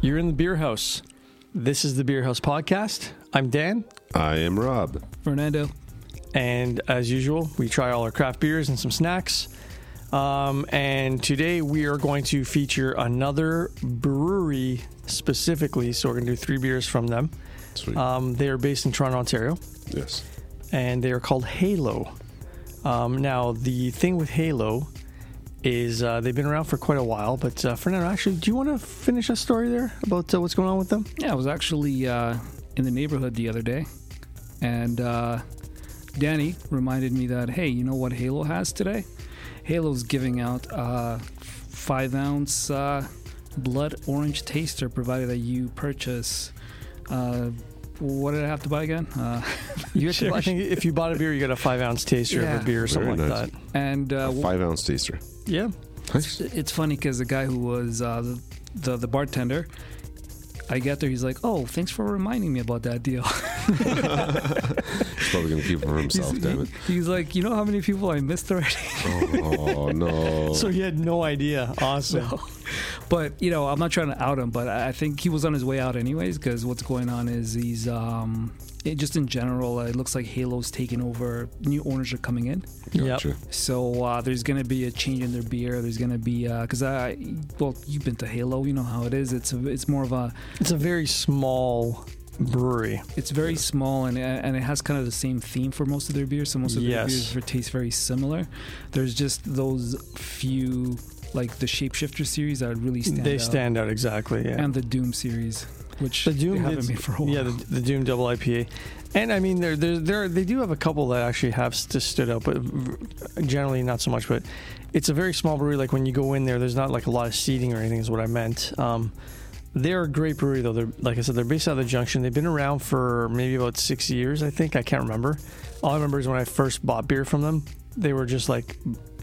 You're in the beer house. This is the Beer House Podcast. I'm Dan, I am Rob. Fernando. and as usual, we try all our craft beers and some snacks. Um, and today we are going to feature another brewery specifically. So we're going to do three beers from them. Sweet. Um, they are based in Toronto, Ontario, yes. and they are called Halo. Um, now, the thing with Halo is uh, they've been around for quite a while. But uh, Fernando, actually, do you want to finish a story there about uh, what's going on with them? Yeah, I was actually uh, in the neighborhood the other day, and uh, Danny reminded me that hey, you know what Halo has today? Halo's giving out a five ounce uh, blood orange taster, provided that you purchase. Uh, what did I have to buy again? Uh, you had I think if you bought a beer, you got a five ounce taster of Yeah. a beer or something Very like nice. that. and uh, Five ounce taster. Yeah. Nice. It's funny because the guy who was uh, the, the the bartender, I get there, he's like, "Oh, thanks for reminding me about that deal." He's probably going to keep it for himself, he's, damn it. he- he's like, "You know how many people I missed already?" Oh, no. So he had no idea. Awesome. but you know, I'm not trying to out him, but I I think he was on his way out anyways because what's going on is he's um, it, just in general, uh, it looks like Halo's taking over. New owners are coming in. Yep. Gotcha. So uh, there's gonna be a change in their beer. There's gonna be because I well you've been to Halo, you know how it is. It's a, it's more of a It's a very small brewery. It's very small and and it has kind of the same theme for most of their beers. So most of Yes. their beers taste very similar. There's just those few like the Shapeshifter series that really stand they out, stand out exactly. Yeah. and the Doom series, which the Doom they haven't did- made for a while. Oh Yeah, the, the Doom Double IPA, and I mean, they're, they're, they're, they do have a couple that actually have just stood out, but generally not so much. But it's a very small brewery. Like when you go in there, there's not like a lot of seating or anything. Is what I meant. Um, they're a great brewery though. They're like I said, they're based out of the Junction. They've been around for maybe about six years, I think. I can't remember. All I remember is when I first bought beer from them, they were just like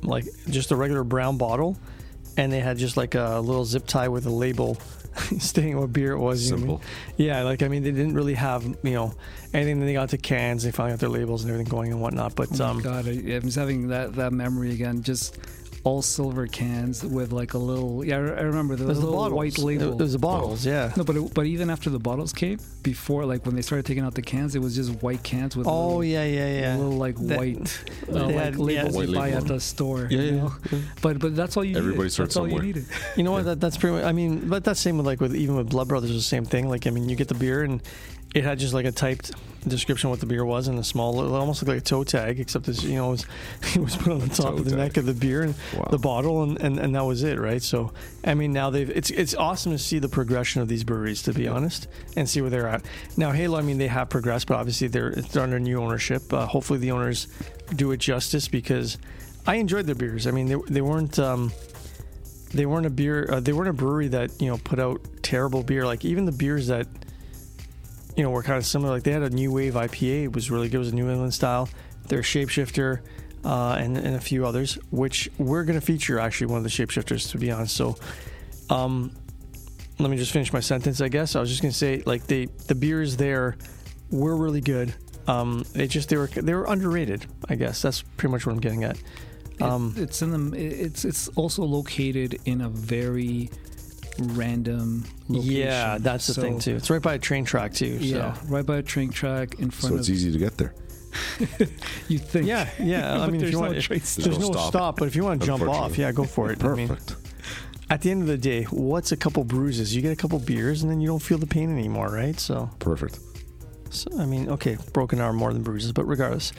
like just a regular brown bottle. And they had just like a little zip tie with a label stating what beer it was. Oh, you know what I mean? Simple. Yeah, like I mean, they didn't really have you know anything. They got to cans, they finally got their labels and everything going and whatnot. But Oh my um, God, I, I'm just having that, that memory again. Just all silver cans with like a little. Yeah, I I remember the there's the little bottles. white There- label. There's the bottles. Yeah. no, but it, but even after the bottles came, before like when they started taking out the cans, it was just white cans with. Oh little- yeah, yeah, yeah. little like That- white, they uh, had- like labels yeah. you White buy label. at the store. Yeah, you yeah, know? But but that's all you. Everybody needed. starts that's all somewhere. you needed. You know what? That, that's pretty much. I mean, but that's same with like with even with Blood Brothers, it's the same thing. Like I mean, you get the beer and it had just like a typed description of what the beer was and a small. It almost looked like a toe tag, except it's you know it was, it was put on the top toe of the tag. neck of the beer and Wow. the bottle, and, and and that was it, right? So I mean, now they've it's it's awesome to see the progression of these breweries, to be honest, and see where they're at now. Halo, I mean, they have progressed, but obviously they're it's under new ownership. Uh, hopefully, the owners do it justice because I enjoyed their beers. I mean, they they weren't. Um, they weren't a beer uh, they weren't a brewery that you know put out terrible beer like even the beers that you know were kind of similar like they had a new wave ipa it was really good it was a new england style their shapeshifter uh, and, and a few others which we're going to feature actually one of the shapeshifters to be honest so um, let me just finish my sentence i guess i was just going to say like they the beers there were really good um, they just they were they were underrated i guess that's pretty much what i'm getting at um, It- it's in the. it- It's it's also located in a very random location. Yeah, that's the So, thing too. It's right by a train track too. So. Yeah, right by a train track in front So of it's easy to get there. you think. Yeah, yeah. I But mean, if there's you no want, if- train there's, stop. no stop, but if you want to jump off, Unfortunately. yeah, go for it. I mean, Perfect. at the end of the day, what's a couple bruises? You get a couple beers, and then you don't feel the pain anymore, right? So, Perfect. so I mean, okay, broken arm more than bruises, but regardless,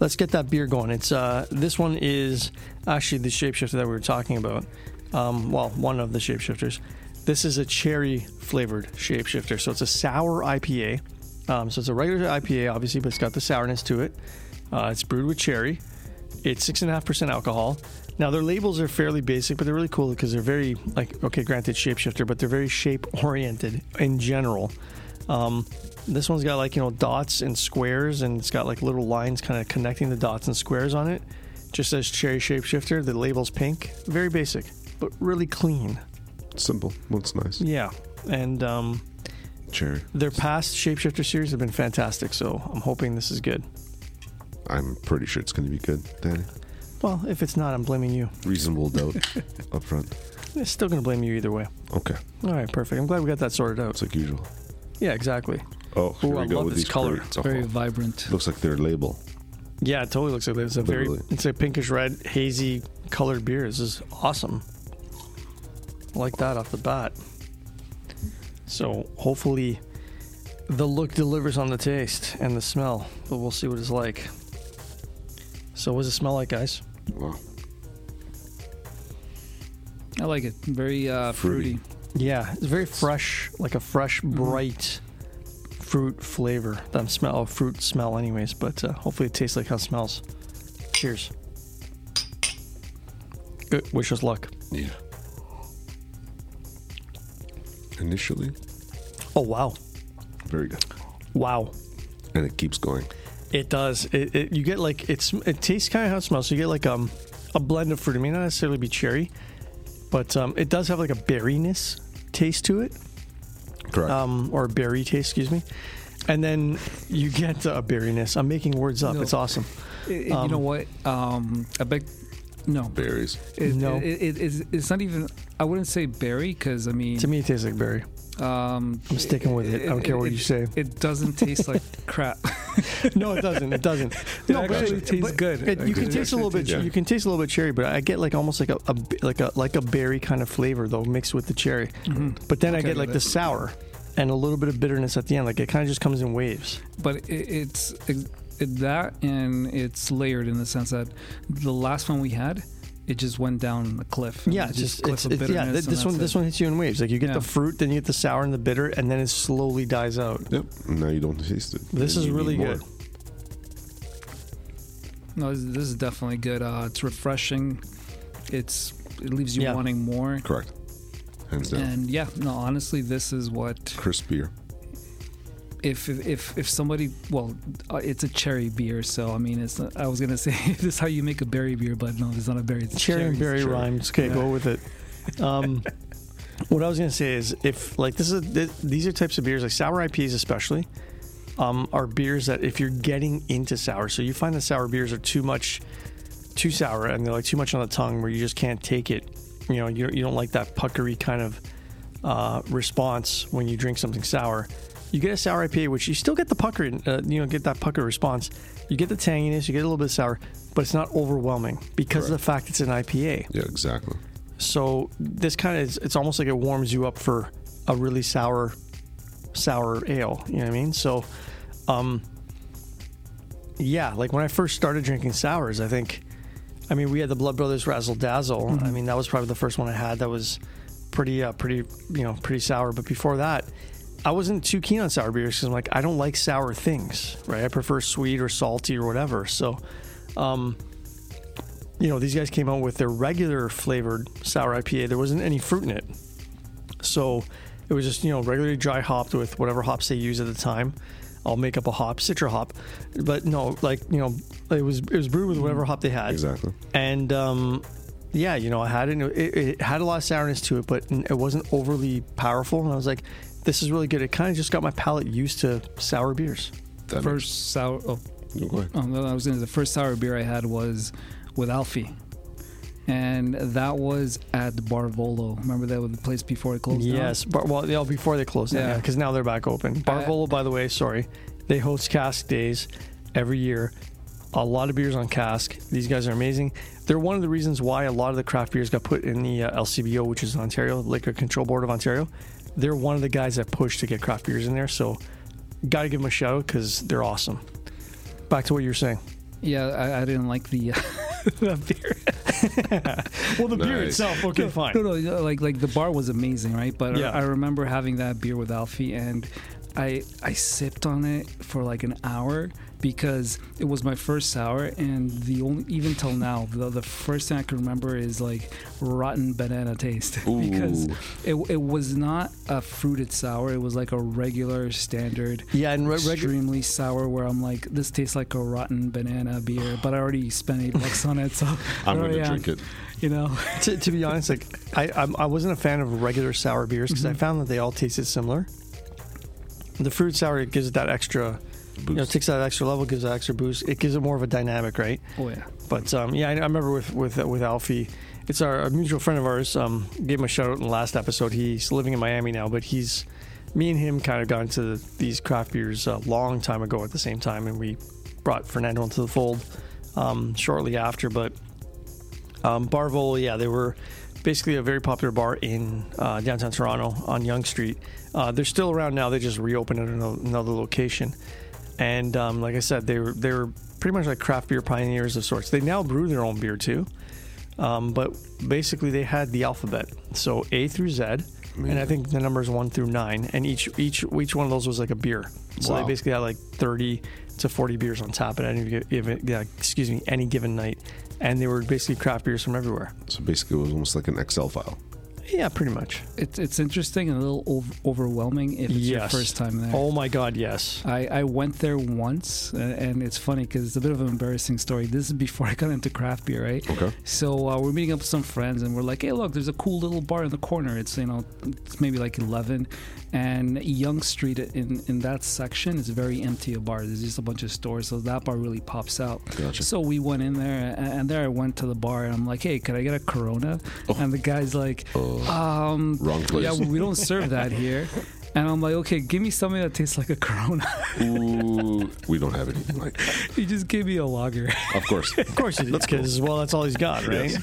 let's get that beer going. It's uh, this one is actually the shapeshifter that we were talking about. Um, well, one of the shapeshifters. This is a cherry flavored shapeshifter, so it's a sour IPA. Um, so it's a regular IPA, obviously, but it's got the sourness to it. Uh, it's brewed with cherry. It's six and a half percent alcohol. Now their labels are fairly basic, but they're really cool because they're very like okay, granted shapeshifter, but they're very shape oriented in general. Um, this one's got like you know dots and squares, and it's got like little lines kind of connecting the dots and squares on it. Just says cherry shapeshifter. The label's pink. Very basic, but really clean. Simple. What's nice? Yeah, and um, Cherry. their past shapeshifter series have been fantastic. So I'm hoping this is good. I'm pretty sure it's going to be good, Danny. Well, if it's not, I'm blaming you. Reasonable doubt up front. They're still going to blame you either way. Okay, All right, perfect. I'm glad we got that sorted out. it's like usual. Yeah, exactly. Oh, here Ooh, we I go love with this these color. curds. Oh, Very vibrant. looks like their label. Yeah, it totally looks like this. It's a very, Literally. it's a pinkish red, hazy colored beer. This is awesome. I like that off the bat. So hopefully, the look delivers on the taste and the smell, but we'll see what it's like. So, what does it smell like, guys? Wow. I like it. Very uh, Fruity. fruity. Yeah, it's very fresh, like a fresh, bright fruit flavor. That smell, fruit smell, anyways. But uh, hopefully, it tastes like how it smells. Cheers. Good. Wish us luck. Yeah. Initially, Oh wow, very good, wow. and it keeps going. It does. It, it you get like it's it tastes kind of how it smells. So you get like um a blend of fruit. It may not necessarily be cherry, but um it does have like a berryness taste to it. Correct. um, or berry taste, excuse me. And then you get a berryness. I'm making words up. No. It's awesome. It- it- you know what? Um, I bet. No. Berries. It, No. It, it, it's, it's not even. I wouldn't say berry because I mean. To me, it tastes like berry. um, I'm sticking with it. I don't care what you say. It doesn't taste like crap. No, it doesn't. It doesn't. no, but actually it- tastes but good. it- you can It taste a actually little bit. tastes good. You can taste a little bit cherry, but I get like almost like a, a b- like a like a berry kind of flavor though, mixed with the cherry. mm-hmm. But then I Okay, get like but- the sour and a little bit of bitterness at the end. Like it kind of just comes in waves. but it, it's it, that and it's layered in the sense that the last one we had it just went down a cliff Yeah, It it's just cliff it's, of it's, yeah. th- bitterness and This one that's this it. one hits you in waves. Like you get Yeah. the fruit, then you get the sour and the bitter, and then it slowly dies out. Yep. Now you don't taste it. This and is you need really more. good. no this, this is definitely good uh it's refreshing it's it leaves you Yeah. wanting more Correct. Hands down. and yeah no honestly this is what Crispier. if if if somebody well uh, it's a cherry beer so i mean it's not, i was gonna say this is how you make a berry beer but no it's not a berry it's cherry and cherries. berry cherry. rhymes. Okay, go with it. Um, what I was gonna say is, if like this is th- these are types of beers like sour IPs especially, um, are beers that if you're getting into sour, so you find that sour beers are too much, too sour, and they're like too much on the tongue where you just can't take it. You know, you you don't like that puckery kind of uh, response when you drink something sour. You get a sour IPA, which you still get the pucker, uh, you know, get that pucker response. You get the tanginess, you get a little bit of sour, but it's not overwhelming because of the fact it's an IPA. Yeah, exactly. So this kind of is, it's almost like it warms you up for a really sour, sour ale. You know what I mean? So, um, yeah, like when I first started drinking sours, I think, I mean, we had the Blood Brothers Razzle Dazzle. I mean, that was probably the first one I had that was pretty, uh, pretty, you know, pretty sour. But before that, I wasn't too keen on sour beers because I'm like, I don't like sour things, right? I prefer sweet or salty or whatever. So, um, you know, these guys came out with their regular flavored sour IPA. There wasn't any fruit in it. So it was just, you know, regularly dry hopped with whatever hops they use at the time. I'll make up a hop, Citra hop. But no, like, you know, it was it was brewed with whatever hop they had. Exactly. And um yeah, you know, I had it, and it it had a lot of sourness to it, but it wasn't overly powerful and I was like this is really good. It kind of just got my palate used to sour beers. That first sour oh makes- No, go ahead. Oh, no, I was gonna. The first sour beer I had was with Alfie, and that was at Barvolo. Remember that was the place before it closed. down? Yes, bar, well, yeah, before they closed, Yeah. yeah, because now they're back open. Barvolo, by the way, sorry, they host Cask Days every year. A lot of beers on cask. These guys are amazing. They're one of the reasons why a lot of the craft beers got put in the uh, LCBO, which is Ontario Liquor Control Board of Ontario. They're one of the guys that pushed to get craft beers in there. So, got to give them a shout out because they're awesome. Back to what you were saying. Yeah, I, I didn't like the that beer. Well, the beer Nice. itself, okay, No, no, no, like like the bar was amazing, right? But Yeah. I, I remember having that beer with Alfie, and I I sipped on it for like an hour because it was my first sour, and the only even till now the, the first thing I can remember is like rotten banana taste because Ooh. it it was not a fruited sour; it was like a regular standard. Yeah, and re- reg- Extremely sour, where I'm like, this tastes like a rotten banana beer, but I already spent eight bucks on it, so Oh, I'm there going to I am, drink it. You know, to, to be honest, like I, I'm, I wasn't a fan of regular sour beers because I found that they all tasted similar. The fruit sour it gives it that extra, you know, Boost. takes that extra level, gives that extra boost. It gives it more of a dynamic, right? oh yeah. But um, yeah, I, I remember with with with Alfie, it's our a mutual friend of ours. Um, gave him a shout out in the last episode. He's living in Miami now, but he's me and him kind of got into these craft beers a long time ago at the same time, and we brought Fernando into the fold um, shortly after. But um, Barvol, yeah, they were basically a very popular bar in uh, downtown Toronto on Young Street. Uh, they're still around now. They just reopened at ano- another location, and um, like I said, they were they were pretty much like craft beer pioneers of sorts. They now brew their own beer too, um, but basically they had the alphabet, so A through Z, and I think the numbers one through nine, and each each each one of those was like a beer. So Wow. they basically had like thirty to forty beers on tap at any given yeah, excuse me any given night, and they were basically craft beers from everywhere. So basically, it was almost like an Excel file. Yeah, pretty much. It's it's interesting and a little ov- overwhelming if it's your Yes. first time there. Oh my God, yes. I, I went there once, uh, and it's funny because it's a bit of an embarrassing story. This is before I got into craft beer, right? Okay. So uh, we're meeting up with some friends, and we're like, "Hey, look, there's a cool little bar in the corner. It's you know, it's maybe like 11, and Young Street in in that section is very empty a bar. There's just a bunch of stores, so that bar really pops out. Gotcha. So we went in there, a- and there I went to the bar, and I'm like, "Hey, could I get a Corona?" And the guy's like, "Um, Wrong place. yeah, we don't serve that here." And I'm like, "Okay, give me something that tastes like a Corona." Ooh, we don't have anything like that. he just gave me a lager. Of course. Of course he did, because well, that's all he's got, right?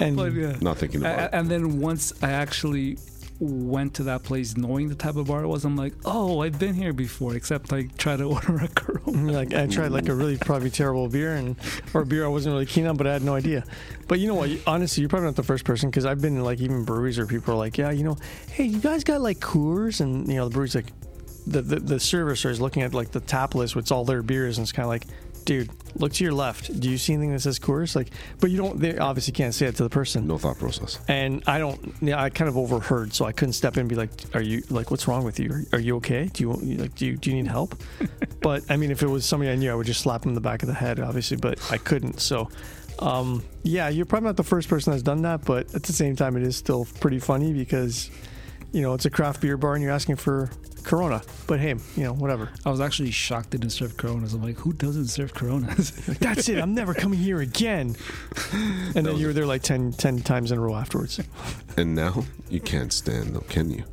And But, yeah. Not thinking A- about it. a- and then once I actually went to that place knowing the type of bar it was, I'm like, oh, I've been here before, except I try to order a Corona. and, like I tried like a really probably terrible beer and or a beer I wasn't really keen on, but I had no idea. But you know what? Honestly, you're probably not the first person because I've been in like even breweries where people are like, yeah, you know, hey, you guys got like Coors, and you know the brewery's like, the the, the servicer is looking at like the tap list, with all their beers, and it's kind of like. Dude, look to your left. Do you see anything that says Coors? Like, but you don't. They obviously can't say it to the person. No thought process. and I don't. Yeah, I kind of overheard, so I couldn't step in and be like, "Are you like, what's wrong with you? Are, are you okay? Do you like, do you do you need help?" but I mean, if it was somebody I knew, I would just slap him in the back of the head, obviously. But I couldn't. So, um, yeah, you're probably not the first person that's done that, but at the same time, it is still pretty funny because, you know, it's a craft beer bar and you're asking for Corona. But hey, you know, whatever. I was actually shocked they didn't serve Coronas. I'm like, who doesn't serve Coronas? Like, that's it. I'm never coming here again. And then was you a- were there like 10, 10 times in a row afterwards. And now you can't stand them, can you?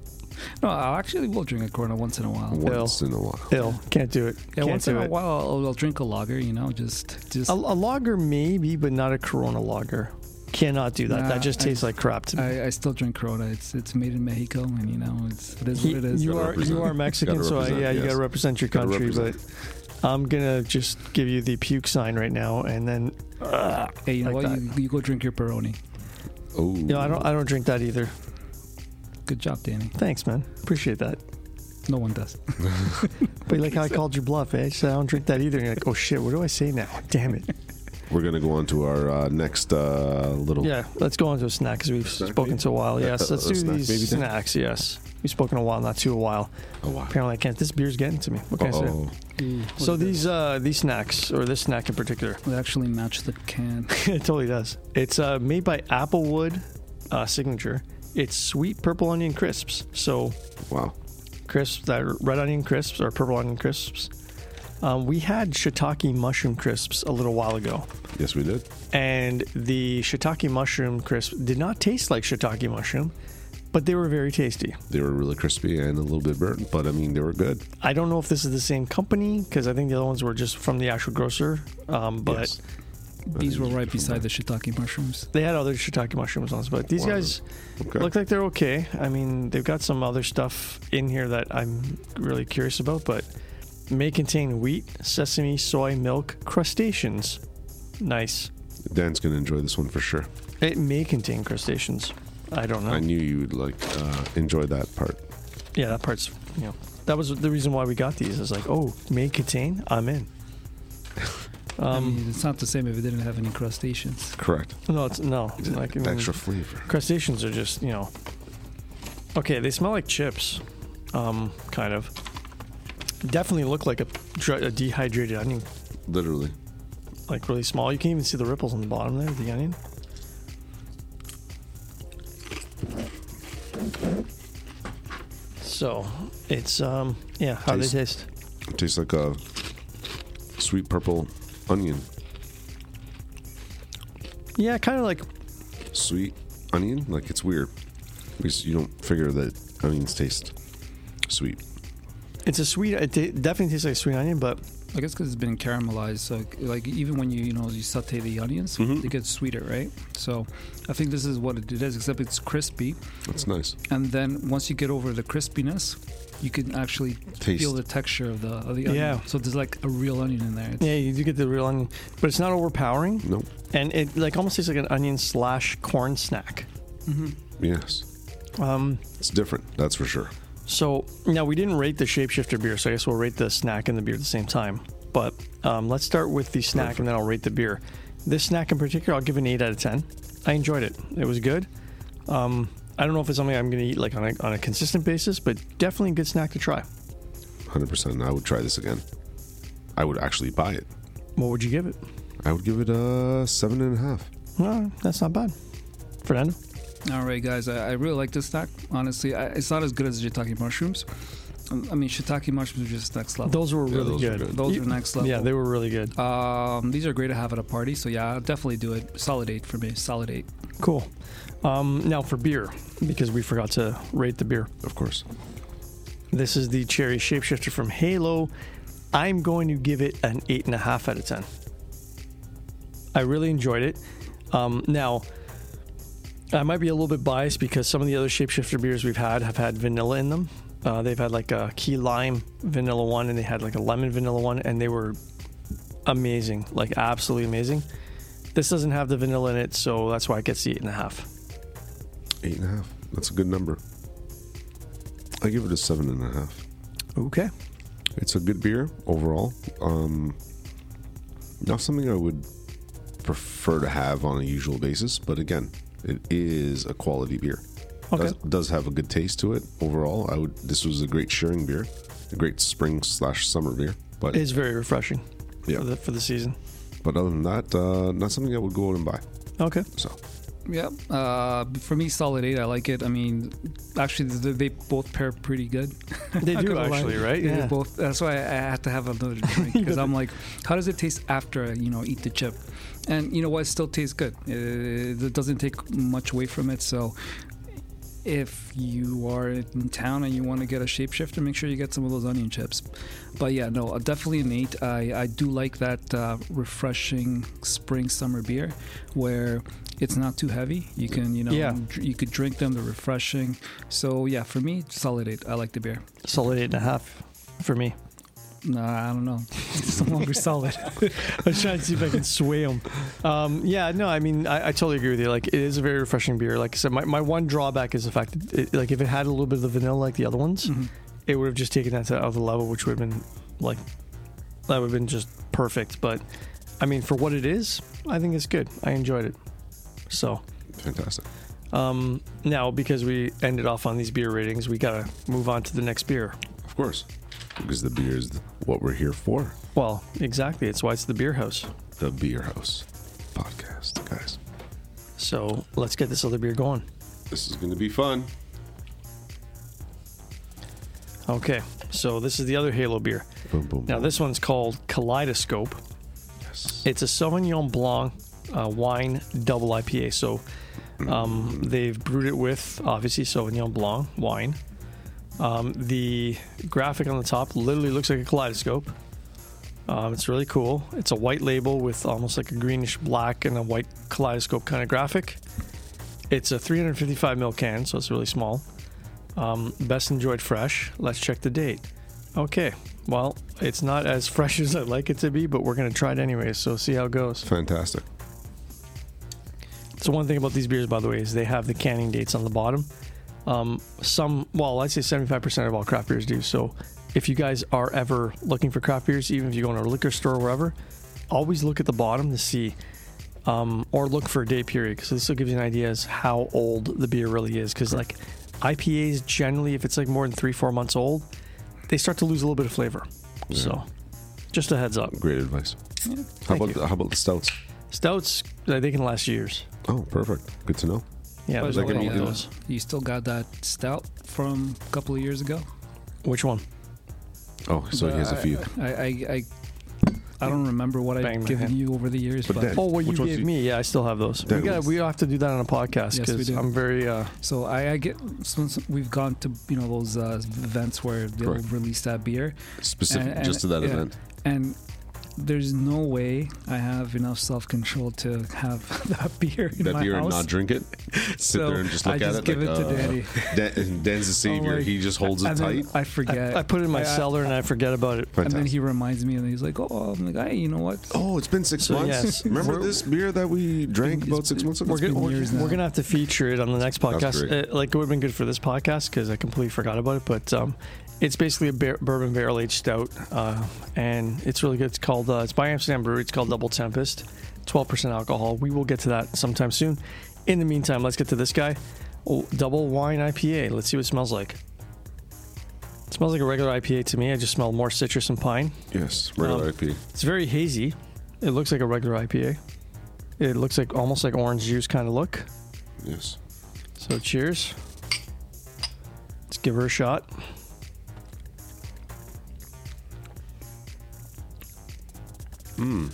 no, I actually will drink a Corona once in a while. Once in a while. Ill. Can't do it. Yeah, Can't once do in a it. while I'll, I'll drink a lager. You know, just just A, a lager maybe, but not a Corona lager. Cannot do that. Nah, that just I- tastes like crap to me. I, I still drink Corona. It's it's made in Mexico, and you know, it's it is He- what it is. you Gotta are represent. you are Mexican, Gotta so I, represent, yeah, you yes. got to represent your Gotta country. represent. But I'm gonna just give you the puke sign right now, and then uh, hey, you know like what? You, you go drink your Peroni. Oh. you know I don't I don't drink that either. Good job, Danny. Thanks, man. Appreciate that. No one does. But you like how I called your bluff, eh? I said I don't drink that either. And you're like, oh shit, what do I say now? Damn it. We're going to go on to our uh, next uh, little. Yeah, let's go on to a snack because we've Snack spoken maybe? to a while. Yeah, Yes, a- let's a do snack these maybe then. snacks. Yes, we've spoken a while, not too a while. Oh, wow. Apparently, I can't. This beer's getting to me. What can I say? Oh, So these uh, these snacks, or this snack in particular, They actually match the can. it totally does. It's uh, made by Applewood uh, Signature. It's sweet purple onion crisps. So wow. crisps that are red onion crisps or purple onion crisps. Um, we had shiitake mushroom crisps a little while ago, Yes, we did. and the shiitake mushroom crisp did not taste like shiitake mushroom, but they were very tasty. They were really crispy and a little bit burnt, but I mean, they were good. I don't know if this is the same company because I think the other ones were just from the actual grocer, um, but. Yes. These were right beside the shiitake mushrooms. They had other shiitake mushrooms on, but these Wow. guys Okay. look like they're okay. I mean, they've got some other stuff in here that I'm really curious about, but may contain wheat, sesame, soy, milk, crustaceans. Nice. Dan's going to enjoy this one for sure. It may contain crustaceans. I don't know. I knew you would like uh, enjoy that part. yeah, that part's you know that was the reason why we got these. Is like, oh, may contain. I'm in. I Um, mean, it's not the same if it didn't have any crustaceans. Correct. no, it's no. Like I mean, extra flavor. crustaceans are just you know okay they smell like chips um kind of definitely look like a, dry, a dehydrated onion Literally. like really small you can even see the ripples on the bottom there of the onion so it's um yeah how do they taste It tastes like a sweet purple onion. yeah kind of like sweet onion. Like it's weird because you don't figure that onions taste sweet. It's a sweet. It ta- definitely tastes like sweet onion, but I guess because it's been caramelized. So like even when you you know you saute the onions, Mm-hmm. Mhm. it gets sweeter, right? So I think this is what it is, except it's crispy. That's nice. And then once you get over the crispiness, you can actually Taste. feel the texture of the of the onion. Yeah. So there's like a real onion in there. It's, yeah, you do get the real onion, but it's not overpowering, Nope. and it like almost tastes like an onion slash corn snack. Mm-hmm. Yes. Um, It's different. That's for sure. so now we didn't rate the shapeshifter beer, so I guess we'll rate the snack and the beer at the same time. But um, let's start with the snack, and then I'll rate the beer. This snack in particular, I'll give an eight out of ten. I enjoyed it. It was good. Um, I don't know if it's something I'm going to eat like on a, on a consistent basis, but definitely a good snack to try. 100%. I would try this again. I would actually buy it. What would you give it? I would give it a seven and a half. Well, that's not bad. Fernando? All right, guys, I, I really like this snack. Honestly, I, it's not as good as shiitake mushrooms. Um, I mean, shiitake mushrooms are just next level. Those were Yeah, really those were good. good. Those You- are next level. Yeah, they were really good. Um, these are great to have at a party. So yeah, I'll definitely do it. Solid eight for me. Solid eight. Cool. Um, now for beer, because we forgot to rate the beer. Of course. This is the Cherry Shapeshifter from Halo. I'm going to give it an 8.5 out of 10. I really enjoyed it. Um, now, I might be a little bit biased because some of the other Shapeshifter beers we've had have had vanilla in them. Uh, they've had like a key lime vanilla one and they had like a lemon vanilla one and they were amazing, like absolutely amazing. This doesn't have the vanilla in it, so that's why it gets the 8.5. Eight and a half. That's a good number. I give it a seven and a half. Okay. It's a good beer overall. Um, not something I would prefer to have on a usual basis, but again, it is a quality beer. Okay. Does, does have a good taste to it overall. I would. This was a great sharing beer, a great spring slash summer beer. But It's very refreshing yeah, for, the, for the season. but other than that, uh, not something I would go out and buy. Okay. So Yeah. Uh, for me, solid eight. I like it. I mean, actually, th- they both pair pretty good. They Not do gonna lie. actually, right? They do both. That's why I had to have another drink because I'm like, how does it taste after I, you know eat the chip? And you know what? It still tastes good. Uh, It doesn't take much away from it. So if you are in town and you want to get a shapeshifter, make sure you get some of those onion chips. But yeah, no, uh, definitely an eight. I, I do like that uh, refreshing spring summer beer where it's not too heavy. You can you know Yeah. dr- you could drink them. They're refreshing. So yeah, for me, solid eight. I like the beer. Solid eight and a half for me. Nah, I don't know. It's no longer solid. I was trying to see if I can sway them. Um, yeah, no, I mean, I, I totally agree with you. Like, it is a very refreshing beer. Like I said, my, my one drawback is the fact that, it, like, if it had a little bit of the vanilla like the other ones, Mhm. it would have just taken that to another level, which would have been, like, that would have been just perfect. But, I mean, for what it is, I think it's good. I enjoyed it. So, fantastic. um, now because we ended off on these beer ratings, we got to move on to the next beer. Of course, because the beer is what we're here for. Well, exactly. It's why it's the beer house. The Beer House podcast, guys. So let's get this other beer going. This is going to be fun. Okay, so this is the other Halo beer. Boom, boom. Now, this one's called Kaleidoscope. Yes. It's a Sauvignon Blanc uh, wine double IPA. So um, they've brewed it with, obviously, Sauvignon Blanc wine. Um, the graphic on the top literally looks like a kaleidoscope. Um, it's really cool. It's a white label with almost like a greenish black and a white kaleidoscope kind of graphic. It's a 355 ml can, so it's really small. Um, best enjoyed fresh. Let's check the date. Okay, well, it's not as fresh as I'd like it to be, but we're going to try it anyways, so see how it goes. fantastic. So, one thing about these beers, by the way, is they have the canning dates on the bottom. Um, some, well, I'd say 75% of all craft beers do. So, if you guys are ever looking for craft beers, even if you go in a liquor store or wherever, always look at the bottom to see um, or look for a day period because this will give you an idea as how old the beer really is. Because like IPAs, generally, if it's like more than three four months old, they start to lose a little bit of flavor. So, just a heads up. Great advice. Yeah. How Thank about the, how about the stouts? Stouts, uh, they can last years. Oh, perfect. Good to know. Yeah, By there's the a lot way, of uh, those. You still got that stout from a couple of years ago? Which one? Oh, so he has a Uh, few. I, I, I I don't remember what Bang I've my given hand. you over the years, But but, then- Oh, what Which you ones gave do you- me? Yeah, I still have those. We That got. was- We have to do that on a podcast Yes, we because do. I'm very. Uh, so I, I get since we've gone to you know those uh, events where they'll Correct. release that beer, specific And- and- just to that yeah. event. and there's no way I have enough self control to have that beer in That my beer and house. not drink it. Sit So there and just look I at just it. give like, it to uh, Danny. Dan- and Dan's the I'm savior. like- he just holds and it then tight. I I, forget. I put it in my I- I- cellar and I forget about it. and then Fantastic. he reminds me, and he's like, "Oh, I'm like, hey, you know what? Oh, it's been six So, months. yes. Remember We're- this beer that we drank It's- about six months ago? We're gonna, been we're, years we're now. gonna have to feature it on the next That's podcast. great. Uh, like it would have been good for this podcast because I completely forgot about it. But um, it's basically a bar- bourbon barrel aged stout, uh, and it's really good. It's called uh, it's by Amsterdam Brewery. It's called Double Tempest, twelve percent alcohol. We will get to that sometime soon. In the meantime, let's get to this guy, Oh, Double Wine IPA. Let's see what it smells like. It smells like a regular IPA to me. I just smell more citrus and pine. Yes, Um, regular IP. It's very hazy. It looks like a regular IPA. It looks like almost like orange juice kind of look. Yes. So cheers. Let's give her a shot. Hmm.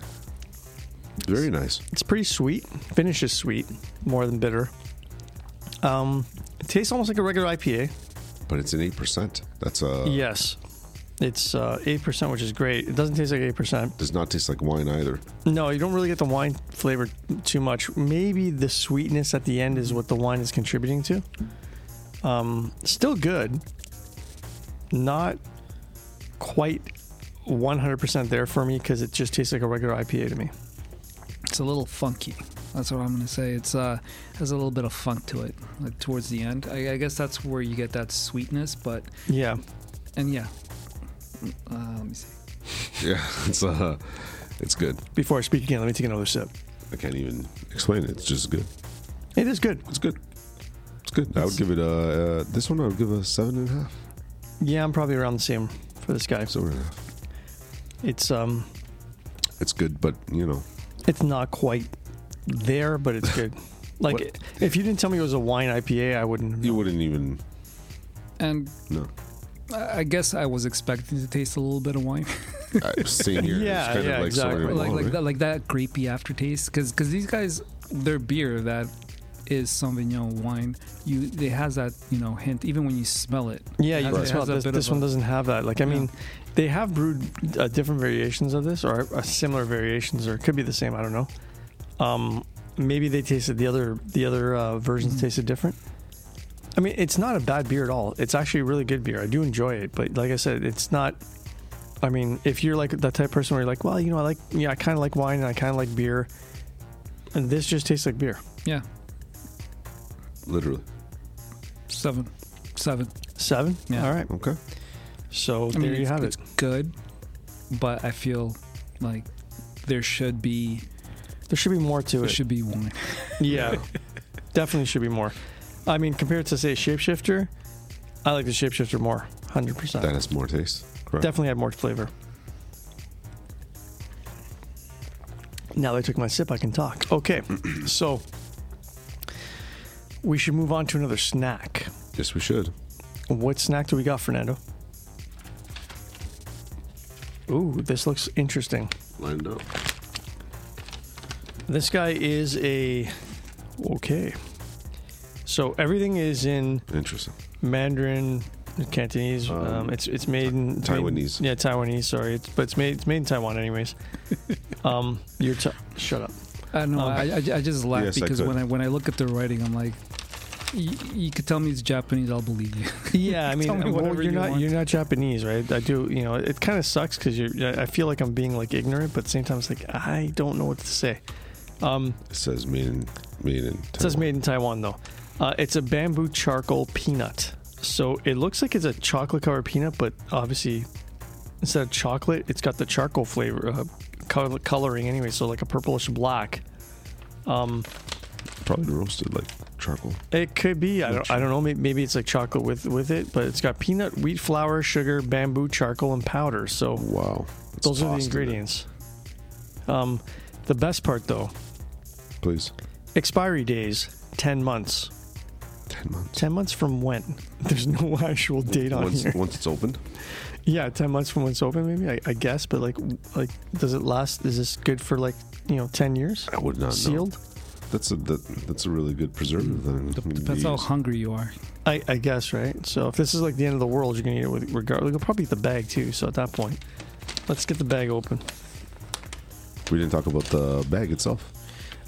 Very nice. It's pretty sweet. Finish is sweet, more than bitter. Um, it tastes almost like a regular IPA. But it's an 8%. That's uh, yes, it's uh, eight percent, which is great. It doesn't taste like eight percent. Does not taste like wine either. No, you don't really get the wine flavor too much. Maybe the sweetness at the end is what the wine is contributing to. Um, still good. Not quite 100% there for me because it just tastes like a regular IPA to me. It's a little funky. That's what I'm gonna say. It's uh, has a little bit of funk to it, like towards the end. I, I guess that's where you get that sweetness, but Yeah. and yeah. Uh, let me see. Yeah, it's uh, it's good. Before I speak again, let me take another sip. I can't even explain it. It's just good. It is good. It's good. It's good. I would give it a. Uh, this one I would give a seven and a half. Yeah, I'm probably around the same for this guy. Seven and a half. It's um, It's good, but you know, it's not quite there, but it's good. Like, What- if you didn't tell me it was a wine IPA, I wouldn't. have you known. wouldn't even And know. I I guess I was expecting to taste a little bit of wine, I- uh, Same here. Yeah, It's kind yeah, of like exactly. Sauvignon like Blanc, like right? that, like that grapey aftertaste, because these guys, their beer that is Sauvignon wine, you it has that you know hint even when you smell it. Yeah, It you has- can it smell has a this. bit This of one a- doesn't have that. Like, I mean, they have brewed uh, different variations of this, or uh, similar variations, or it could be the same. I don't know. Um, maybe they tasted the other the other uh, versions Mhm. tasted different. I mean, it's not a bad beer at all. It's actually a really good beer. I do enjoy it, but like I said, it's not. I mean, if you're like that type of person where you're like, well, you know, I like, yeah, I kind of like wine and I kind of like beer, and this just tastes like beer. Yeah, Literally. seven, seven. Seven. Yeah. All right. Okay. So I there mean, you it's, have it's it. good, but I feel like there should be There should be more to there it. should be wine. Yeah, definitely should be more. I mean, compared to say shapeshifter, I like the shapeshifter more, hundred That percent. has more taste. Correct. Definitely had more flavor. Now that I took my sip, I can talk. Okay, so we should move on to another snack. yes, we should. What snack do we got, Fernando? Ooh, this looks interesting. Lined up. This guy is a okay. So everything is in Interesting. Mandarin, Cantonese. Um, Um, it's it's made in it's made- Taiwanese. yeah, Taiwanese. Sorry, it's, but it's made it's made in Taiwan, anyways. um, you're ta- shut up. I know. Um, I, I, I just laugh Yes, I because could. when I when I look at the writing, I'm like, y- you could tell me it's Japanese, I'll believe you. Yeah, I mean, Tell me well, whatever you're you not want. you're not Japanese, right? I do. You know, it kind of sucks because you're. I I feel like I'm being like ignorant, but at the same time, it's like I don't know what to say. Um, It says made in made in. It says Taiwan. made in Taiwan though. Uh, it's a bamboo charcoal peanut. So it looks like it's a chocolate covered peanut, but obviously instead of chocolate, it's got the charcoal flavor uh, color, coloring anyway. So like a purplish black. Um, probably roasted like charcoal. it could be. I don't. I don't know. Maybe, maybe it's like chocolate with with it, but it's got peanut, wheat flour, sugar, bamboo charcoal, and powder. So Wow. It's those are the tossed in it. ingredients. Um, the best part though, Please. expiry days ten months. Ten months. 10 months from when? There's no actual date on Once here. once it's opened, Yeah, 10 months from when it's open, maybe, I, I guess. But like, w- like, does it last? Is this good for like, you know, 10 years? I would not know. Sealed? That's a that, that's a really good preservative. Then Depends how hungry you are. I, I guess, right? So if this is like the end of the world, you're going to eat it with regardless. You'll probably eat the bag too. So at that point, let's get the bag open. we didn't talk about the bag itself.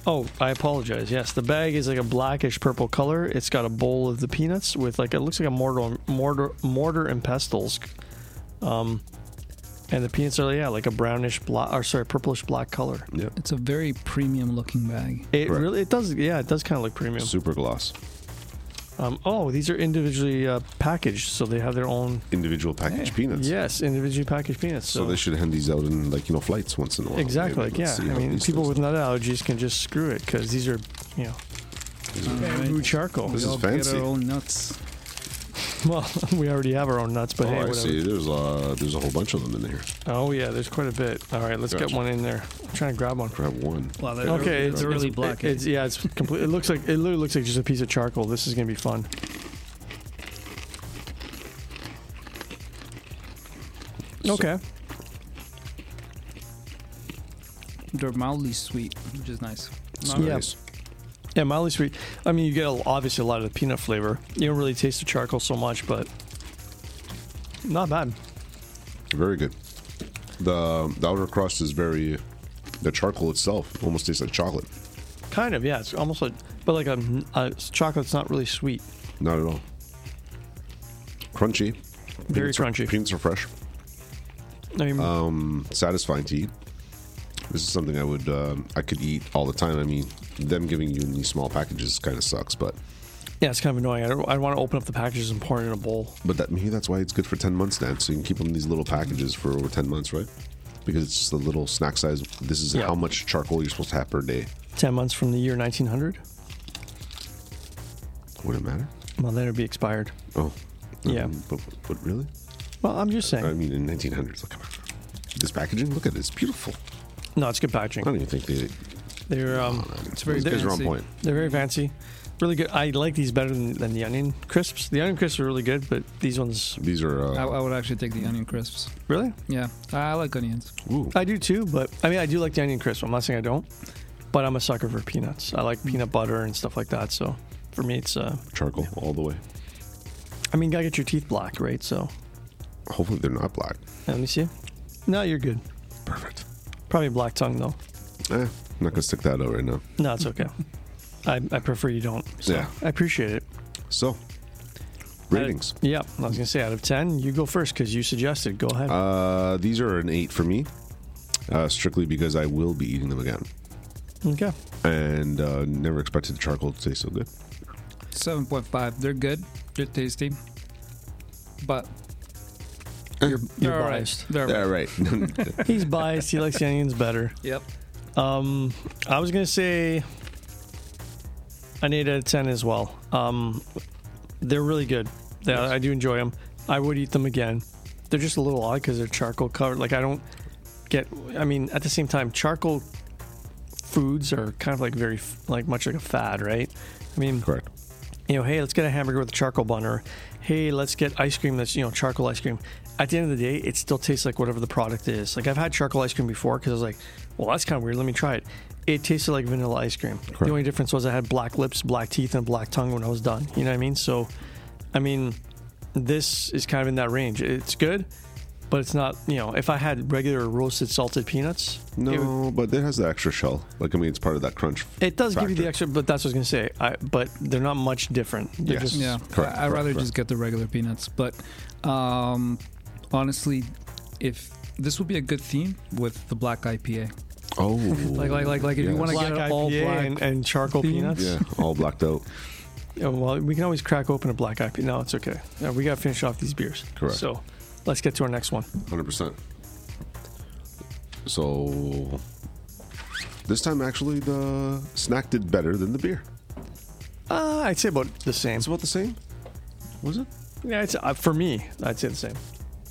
Oh, I apologize. Yes, the bag is like a blackish purple color. It's got a bowl of the peanuts with like it looks like a mortar, mortar, mortar and pestles. Um, and the peanuts are yeah like a brownish black or sorry purplish black color. Yeah, It's a very premium looking bag. It Right. really it does yeah it does kind of look premium. super gloss, Um, oh, these are individually uh, packaged, so they have their own individual packaged peanuts. yes individually packaged peanuts. So, So, they should hand these out in like you know flights once in a while. exactly maybe. like, yeah. Let's see I how mean these people things- with nut allergies can just screw it because these are you know these are- Alright. bamboo charcoal. This we is all get fancy. our own nuts. Well, we already have our own nuts, but oh, hey, I whatever. see. There's a there's a whole bunch of them in here. Oh yeah, there's quite a bit. All right, let's get Gotcha. one in there. I'm trying to grab one. Grab one. Wow, they're, Okay, it's it's- really black. eh? It's yeah, it's complete. It looks like it literally looks like just a piece of charcoal. This is gonna be fun. So- okay, e- They're mildly sweet, which is nice. It's Oh, Yeah. nice. yeah, mildly sweet. I mean, you get a, obviously a lot of the peanut flavor. You don't really taste the charcoal so much, but not bad. Very good. The the outer crust is very. The charcoal itself almost tastes like chocolate. Kind of, yeah. It's almost like, but like a, a chocolate's not really sweet. Not at all. Crunchy. Very are- crunchy. peanuts are fresh. I mean, Mm, Satisfying to eat. This is something I would um, I could eat all the time. I mean, them giving you in these small packages kind of sucks, but yeah, it's kind of annoying. I, don't, I want to open up the packages and pour it in a bowl. but that maybe that's why it's good for ten months, Dan. So you can keep them in these little packages for over ten months, right? Because it's just a little snack size. This is Yeah. how much charcoal you're supposed to have per day. Ten months from the year 1900. Would it matter? Well, then it'd be expired. Oh, Yeah. Um, but, but really? Well, I'm just saying. I mean, in 1900s. Look, come on. This packaging. Look at it. It's beautiful. No, it's good I packaging. don't even think they. They're um, It's very These guys are on fancy. point. they're very fancy, really good. I like these better than, than the onion crisps. The onion crisps are really good, but these ones These are. Uh, I, I would actually take the onion crisps. really Yeah, I like onions. ooh. I do too. But I mean, I do like the onion crisp. I'm not saying I don't, but I'm a sucker for peanuts. I Mm. like peanut butter and stuff like that. So for me, it's uh, charcoal all the way. I mean, gotta get your teeth black, right? So Hopefully they're not black. let me see. No, you're good. Perfect. Probably black tongue though. Eh, I'm not gonna stick that out right now. No, it's okay. I, I prefer you don't. So Yeah. I appreciate it. So, ratings. Out of- yeah, I was gonna say out of ten, you go first because you suggested. Go ahead. Uh, these are an eight for me, uh, strictly because I will be eating them again, eh. okay. and uh, never expected the charcoal to taste so good. Seven point five. They're good. They're tasty, but You're, You're they're all biased. right. They're all right. right. He's biased. He likes the onions better. Yep. Um, I was gonna say an eight out of ten as well. Um, they're really good. They, I do enjoy them. I would eat them again. They're just a little odd because they're charcoal covered. Like I don't get. I mean, at the same time, charcoal foods are kind of like very f- like much like a fad, right? I mean, Correct. you know, hey, let's get a hamburger with a charcoal bun, or hey, let's get ice cream that's, you know, charcoal ice cream. At the end of the day, it still tastes like whatever the product is. Like, I've had charcoal ice cream before because I was like, well, that's kind of weird. Let me try it. It tasted like vanilla ice cream. The only difference was I had black lips, black teeth, and a black tongue when I was done. You know what I mean? So, I mean, this is kind of in that range. It's good, but it's not, you know, if I had regular roasted salted peanuts, it would No, but it has the extra shell. Like I mean, it's part of that crunch. it does give you the Factor. extra, but that's what I was gonna say. I, but they're not much different. They're Yes. just Yeah. Correct, I, I'd correct, rather correct. just get the regular peanuts. But um, honestly, if this would be a good theme with the black IPA, Oh, like like like like if you yes. want to black get IPA an all black, and, and charcoal theme. peanuts. yeah, all blacked out. Yeah, well, we can always crack open a black IPA. No, it's okay. Yeah, we got to finish off these beers. Correct. So let's get to our next one. Hundred percent. So this time, actually, the snack did better than the beer. Uh, I'd say about the same. It's about the same. Was it? Yeah, it's, uh, for me, I'd say the same.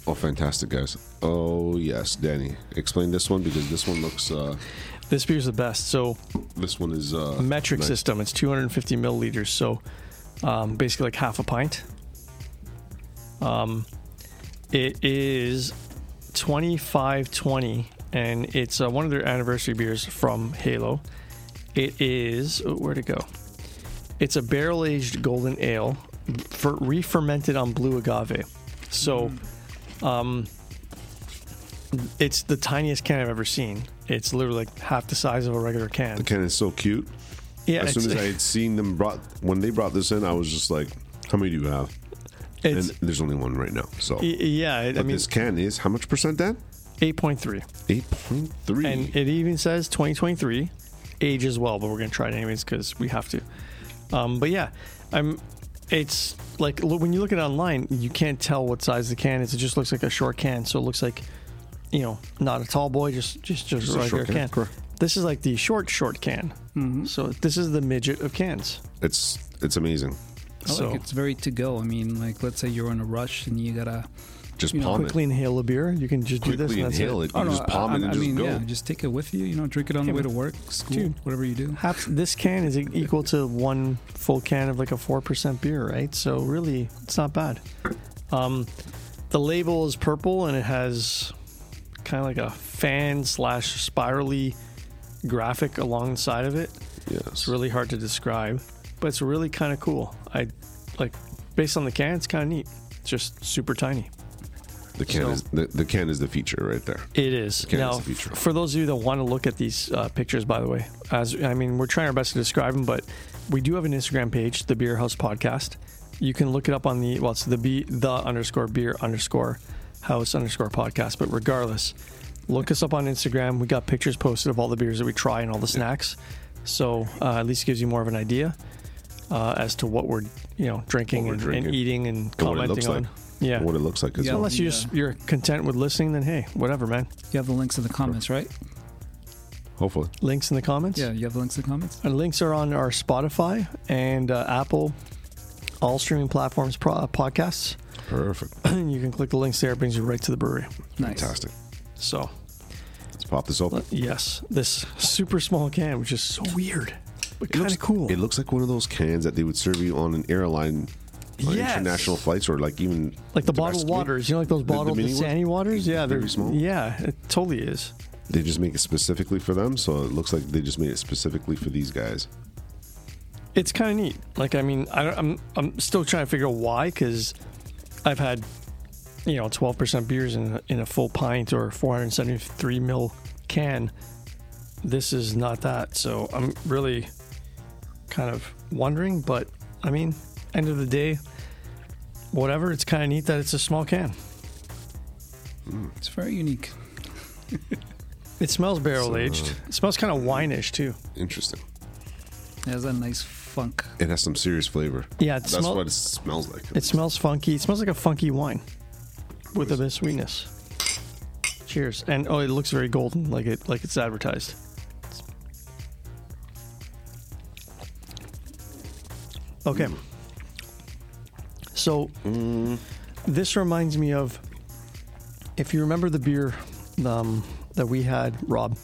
Oh, fantastic, guys! Oh yes, Danny, explain this one because this one looks. Uh, This beer's the best. So this one is uh, metric nice. system, it's 250 milliliters. So um, basically like half a pint. Um, it is 2520 and it's uh, one of their anniversary beers from Halo. It is oh, where'd it go? It's a barrel aged golden ale, for, re-fermented on blue agave. So, Mm. um, it's the tiniest can I've ever seen. It's literally like half the size of a regular can. The can is so cute. Yeah, as it's, soon as I had seen them brought when they brought this in, I was just like, "How many do you have?" And it's there's only one right now. So, y- yeah. it- I but mean, this can is how much percent? Dan? eight point three, Eight point three. and it even says twenty twenty three, age as well. But we're gonna try it anyways because we have to. Um, but yeah, I'm. It's like lo- when you look at it online, you can't tell what size the can is. It just looks like a short can, so it looks like, you know, not a tall boy, just just just, Just a a regular short can, can. correct. Hmm. This is like the short short can. So this is the midget of cans. It's it's amazing. I so like it's very to go. I mean, like let's say you're in a rush and you gotta. Just You know, palm quickly inhale a beer. You can just do this. Quickly And that's inhale it. Oh, it. You just palm it I, and I just mean, go. yeah, just take it with you. You know, drink it on the Yeah, way to but- work, school, Dude. whatever you do. Half, this can is equal to one full can of like a four percent beer, right? So really, it's not bad. Um, the label is purple and it has kind of like a fan slash spirally graphic alongside of it. Yes. It's really hard to describe, but it's really kind of cool. I like based on the can, it's kind of neat. It's just super tiny. The can So- is the, the can is the feature right there. It is Can is now the future. f- for those of you that want to look at these uh, pictures. By the way, as I mean, we're trying our best to describe them, but we do have an Instagram page, the Beer House Podcast. You can look it up on the well, it's the B, the underscore beer underscore house underscore podcast. But regardless, look us up on Instagram. We got pictures posted of all the beers that we try and all the snacks, so uh, at least it gives you more of an idea uh, as to what we're you know drinking, What we're and, drinking. and eating and And what it looks commenting on. like. Yeah. What it looks like as Yeah. well. Unless you Yeah. just you're content with listening, then hey, whatever, man. You have the links in the comments, right? Hopefully. links in the comments. Yeah, you have the links in the comments. Our links are on our Spotify and uh, Apple, all streaming platforms, pro- uh, podcasts. Perfect. you can click the links there, it brings you right to the brewery. Nice. Fantastic. So, Let's pop this open. let- yes, this super small can, which is so weird, but It kind looks- of cool. It looks like one of those cans that they would serve you on an airline, on Yes. international flights, or like even like the bottled domestically. waters, you know, like those The- the bottled mini ones? Dasani waters. Yeah, they're Very small? Yeah, it totally is. They just make it specifically for them, so it looks like they just made it specifically for these guys. it's kind of neat. Like, I mean, I, don't- I'm I'm still trying to figure out why because I've had you know 12% beers in a, in a full pint or 473 mil can. This is not that, so I'm really kind of wondering. But I mean, end of the day, whatever. It's kind of neat that it's a small can. It's very unique. It smells barrel aged. It smells kind of wineish too. Interesting. It has that nice funk. It has some serious flavor. Yeah, it That's smells. what it smells like. It smells funky. It smells like a funky wine with a bit of sweetness. Cheers. And oh, it looks very golden, like it like it's advertised. Okay. So Mm, this reminds me of if you remember the beer um, that we had, Rob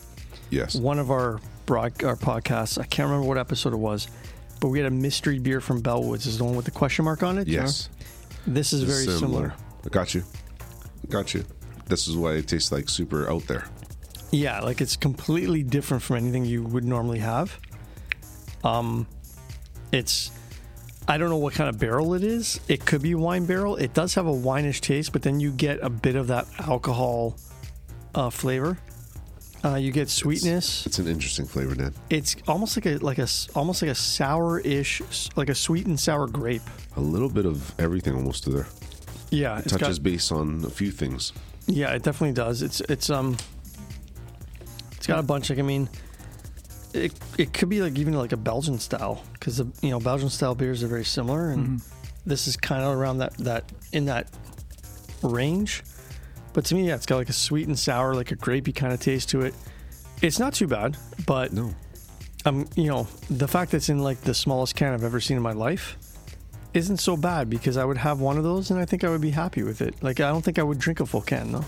yes. one of our broad, our podcasts. I can't remember what episode it was, but we had a mystery beer from Bellwoods. Is the one with the question mark on it? Yes. This is very similar. I got you. Got you. This is why it tastes like super out there. Yeah, like it's completely different from anything you would normally have. Um, it's I don't know what kind of barrel it is. It could be wine barrel. It does have a winish taste, but then you get a bit of that alcohol uh, flavor. Uh, you get sweetness. It's an interesting flavor, Dan. It's, almost like a like a s- almost like a sour-ish, like a sweet and sour grape. A little bit of everything almost there. Yeah, it's Touches got, base on a few things. yeah, it definitely does. It's it's um, it's got a bunch. Like I mean, it it could be like even like a Belgian style because the you know Belgian style beers are very similar, and this is kind of around that that in that range. But to me, yeah, it's got like a sweet and sour, like a grapey kind of taste to it. It's not too bad, but No. um, you know, the fact that it's in like the smallest can I've ever seen in my life isn't so bad because I would have one of those and I think I would be happy with it. Like I don't think I would drink a full can though.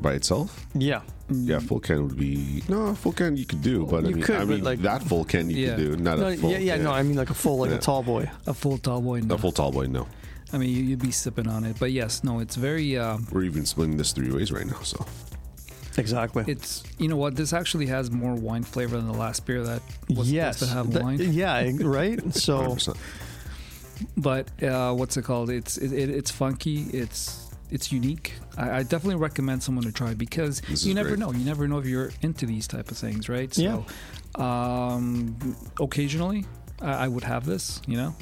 by itself. Yeah. Yeah, full can would be no full can you could do, but I You mean, could, I but, mean like- that full can you Yeah. could do, not No, a full. yeah, yeah, no, I mean like a full, like Yeah. a tall boy. A full tall boy. No. a full tall boy. No, I mean, you, you'd be sipping on it, but yes, no, it's very. Um, we're even splitting this three ways right now. So Exactly. it's you know what this actually has more wine flavor than the last beer that was yes. supposed to have That- wine. yeah. Right. So 100%. but uh, what's it called? It's it, it, it's funky. It's it's unique. I, I definitely recommend someone to try because This you is never great. know. You never know if you're into these type of things, right? Yeah. Um, occasionally, I, I would have this. You know.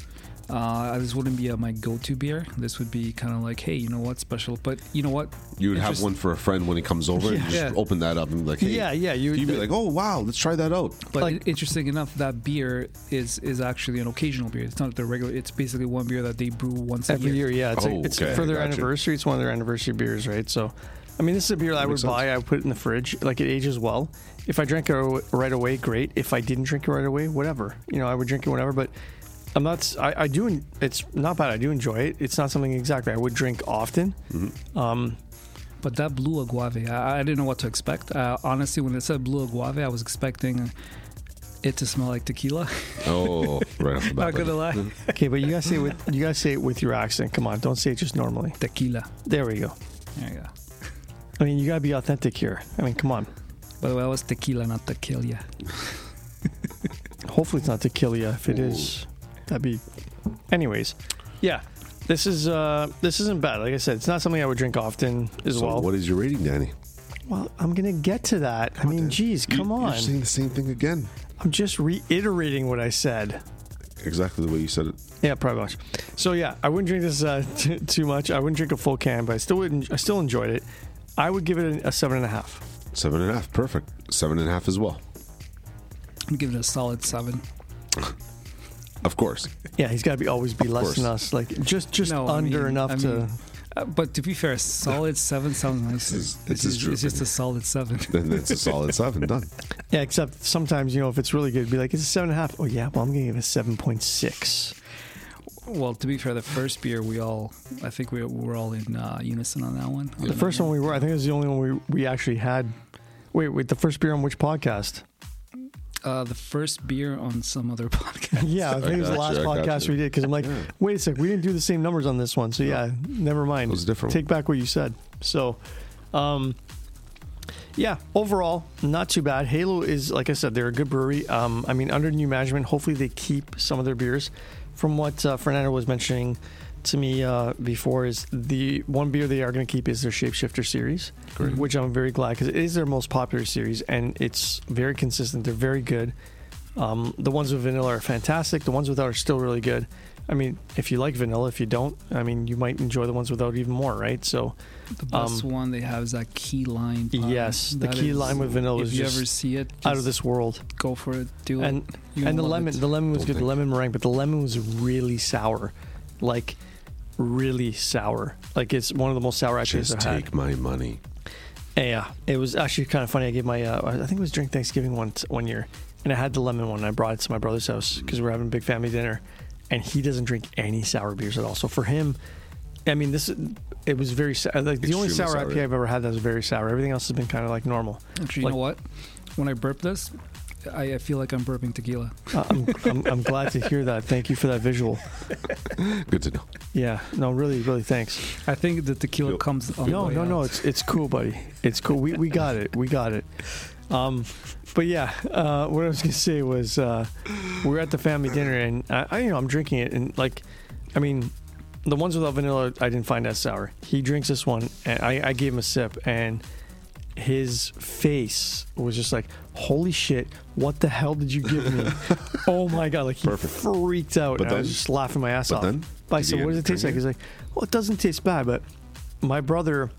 Uh, this wouldn't be uh, my go-to beer. This would be kind of like, hey, you know what, special. But you know what? you would It's have just- one for a friend when he comes over. and Yeah. just Yeah. open that up and be like, hey, yeah, yeah. You. You'd be like, oh wow, let's try that out. But Like- in- interesting enough, that beer is is actually an occasional beer. It's not the regular. It's basically one beer that they brew once every a year. year. Yeah, it's, Oh, a, it's okay, for their gotcha. anniversary. It's one of their anniversary beers, right? So, I mean, this is a beer that I would makes buy. I would put it in the fridge. Like it ages well. If I drank it ro- right away, great. If I didn't drink it right away, whatever. You know, I would drink it whenever. But I'm not. s- I, I do. en- It's not bad. I do enjoy it. It's not something exactly I would drink often. Mm-hmm. Um, But that blue aguave, I, I didn't know what to expect. Uh, honestly, when it said blue aguave, I was expecting it to smell like tequila. Oh, right off the bat. Not gonna buddy. lie, okay, but you guys say it with you guys say it with your accent. Come on, don't say it just normally. tequila. There we go. There you go. I mean, you gotta be authentic here. I mean, come on. By the way, that was tequila, not tequila. Hopefully, it's not to kill you. If it Ooh. is, that'd be. Anyways, yeah, this is uh this isn't bad. Like I said, it's not something I would drink often as So well. what is your rating, Danny? Well, I'm gonna get to that. I mean, geez, come You- on. You're saying the same thing again. I'm just reiterating what I said. Exactly the way you said it. Yeah, probably much. So yeah, I wouldn't drink this uh, t- too much. I wouldn't drink a full can, but I still wouldn't. I still enjoyed it. I would give it a, a seven and a half. Seven and a half, perfect. Seven and a half as well. I'm giving it a solid seven. Of course. Yeah, he's got to be always be less course. than us. Like just just No, I under mean- enough I to. mean, uh, but to be fair, a solid seven sounds nice. is- It's this is just- true It's just a solid seven. Then it's a solid seven. Done. Yeah, except sometimes, you know, if it's really good, it'd be like, it's a seven and a half. Oh, yeah, well, I'm going to give it a 7.6. Well, to be fair, the first beer we all, I think we were all in uh, unison on that one. The first one we were, I think it was the only one we, we actually had. Wait, wait, the first beer on which podcast? uh, the first beer on some other podcast. Yeah, I think it was the got last you, I got podcast you. we did because I'm like, wait a sec, we didn't do the same numbers on this one. So, yeah, never mind. It was a different Take back what you said. So, um, yeah, overall, not too bad. Halo is, like I said, they're a good brewery. Um, I mean, under new management, hopefully they keep some of their beers. From what uh, Fernando was mentioning to me uh, before, is the one beer they are going to keep is their Shapeshifter series, Great. which I'm very glad because it is their most popular series and it's very consistent. They're very good. Um, the ones with vanilla are fantastic. The ones without are still really good. I mean, if you like vanilla, if you don't, I mean, you might enjoy the ones without even more, right? So, The best one they have is that key lime. pie. Um, Yes, the Um, That key is- lime with vanilla If is you just ever see it, out of just this world. go for it. Do And it. You and the love lemon, it. the lemon was Don't good. The think- lemon meringue, but the lemon was really sour, like really sour. Like it's one of the most sour IPAs Just I've had. take my money. Yeah, it was actually kind of funny. I gave my, uh, I think it was during Thanksgiving one one year, and I had the lemon one. And I brought it to my brother's house because we are having a big family dinner, and he doesn't drink any sour beers at all. So for him, I mean, this it was very sa- like the only Extremely sour, sour, IPA yeah. I've ever had that was very sour. Everything else has been kind of like normal. Actually, you like- know what? When I burp this, I, I feel like I'm burping tequila. Uh, I'm, I'm I'm glad to hear that. Thank you for that visual. Good to know. Yeah, no, really, really, thanks. I think the tequila Feel- comes. On Oh, No, the way no, out. no. It's it's cool, buddy. It's cool. We we got it. We got it. Um, but yeah, uh, what I was gonna say was uh, we were at the family dinner, and I, I you know I'm drinking it, and like, I mean, the ones without vanilla I didn't find that sour. He drinks this one, and I, I gave him a sip, and his face was just like, "Holy shit! What the hell did you give me? oh my god!" Like he Perfect. freaked out, But and I was then- just laughing my ass but off. then, but I did said, you "What does end it up taste like?" drinking He's like, "Well, it doesn't taste bad, but my brother."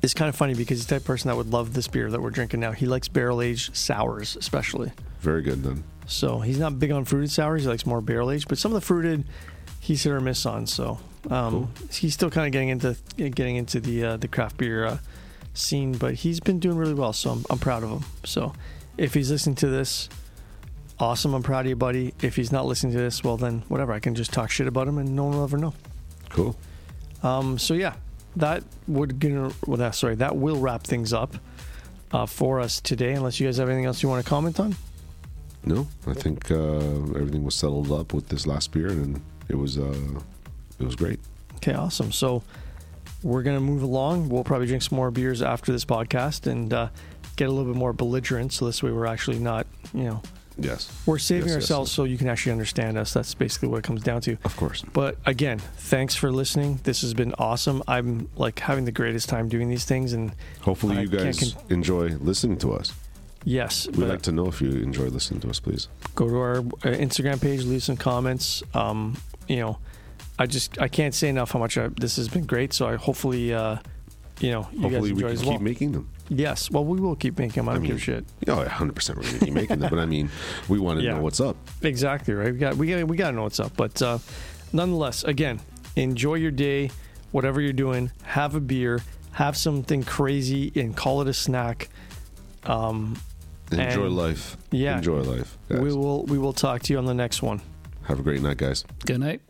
is kind of funny because he's the type of person that would love this beer that we're drinking now. He likes barrel aged sours, especially. Very good then. So he's not big on fruited sours. He likes more barrel aged, but some of the fruited, he's hit or miss on. So um, he's still kind of getting into getting into the uh, the craft beer uh, scene, but he's been doing really well. So I'm, I'm proud of him. So if he's listening to this, awesome. I'm proud of you, buddy. If he's not listening to this, well then whatever. I can just talk shit about him, and no one will ever know. Cool. Um, so yeah, that would gonna well, that, sorry that will wrap things up uh, for us today. Unless you guys have anything else you want to comment on. No, I think uh, everything was settled up with this last beer, and it was uh, it was great. Okay, awesome. So we're gonna move along. We'll probably drink some more beers after this podcast and uh, get a little bit more belligerent. So this way, we're actually not, you know, Yes, we're saving Yes, yes, ourselves so you can actually understand us. That's basically what it comes down to. of course. But again, thanks for listening. This has been awesome. I'm like having the greatest time doing these things, and Hopefully, I you can't guys enjoy listening to us. yes, We'd but- like to know if you enjoy listening to us, please. go to our uh, Instagram page, leave some comments. Um, you know, I just I can't say enough how much I, this has been great. So I hopefully, uh, you know, you guys Hopefully, we enjoy can as keep well. making them. yes, well, we will keep making them. I don't I give a shit. mean- Yeah, 100 percent we're gonna keep making them. But I mean, we want to Yeah. know what's up. Exactly right. We got we got we got to know what's up. But uh, nonetheless, again, enjoy your day, whatever you're doing. Have a beer, have something crazy, and call it a snack. Um, Enjoy And- life. yeah. enjoy life. guys. we will we will talk to you on the next one. Have a great night, guys. Good night.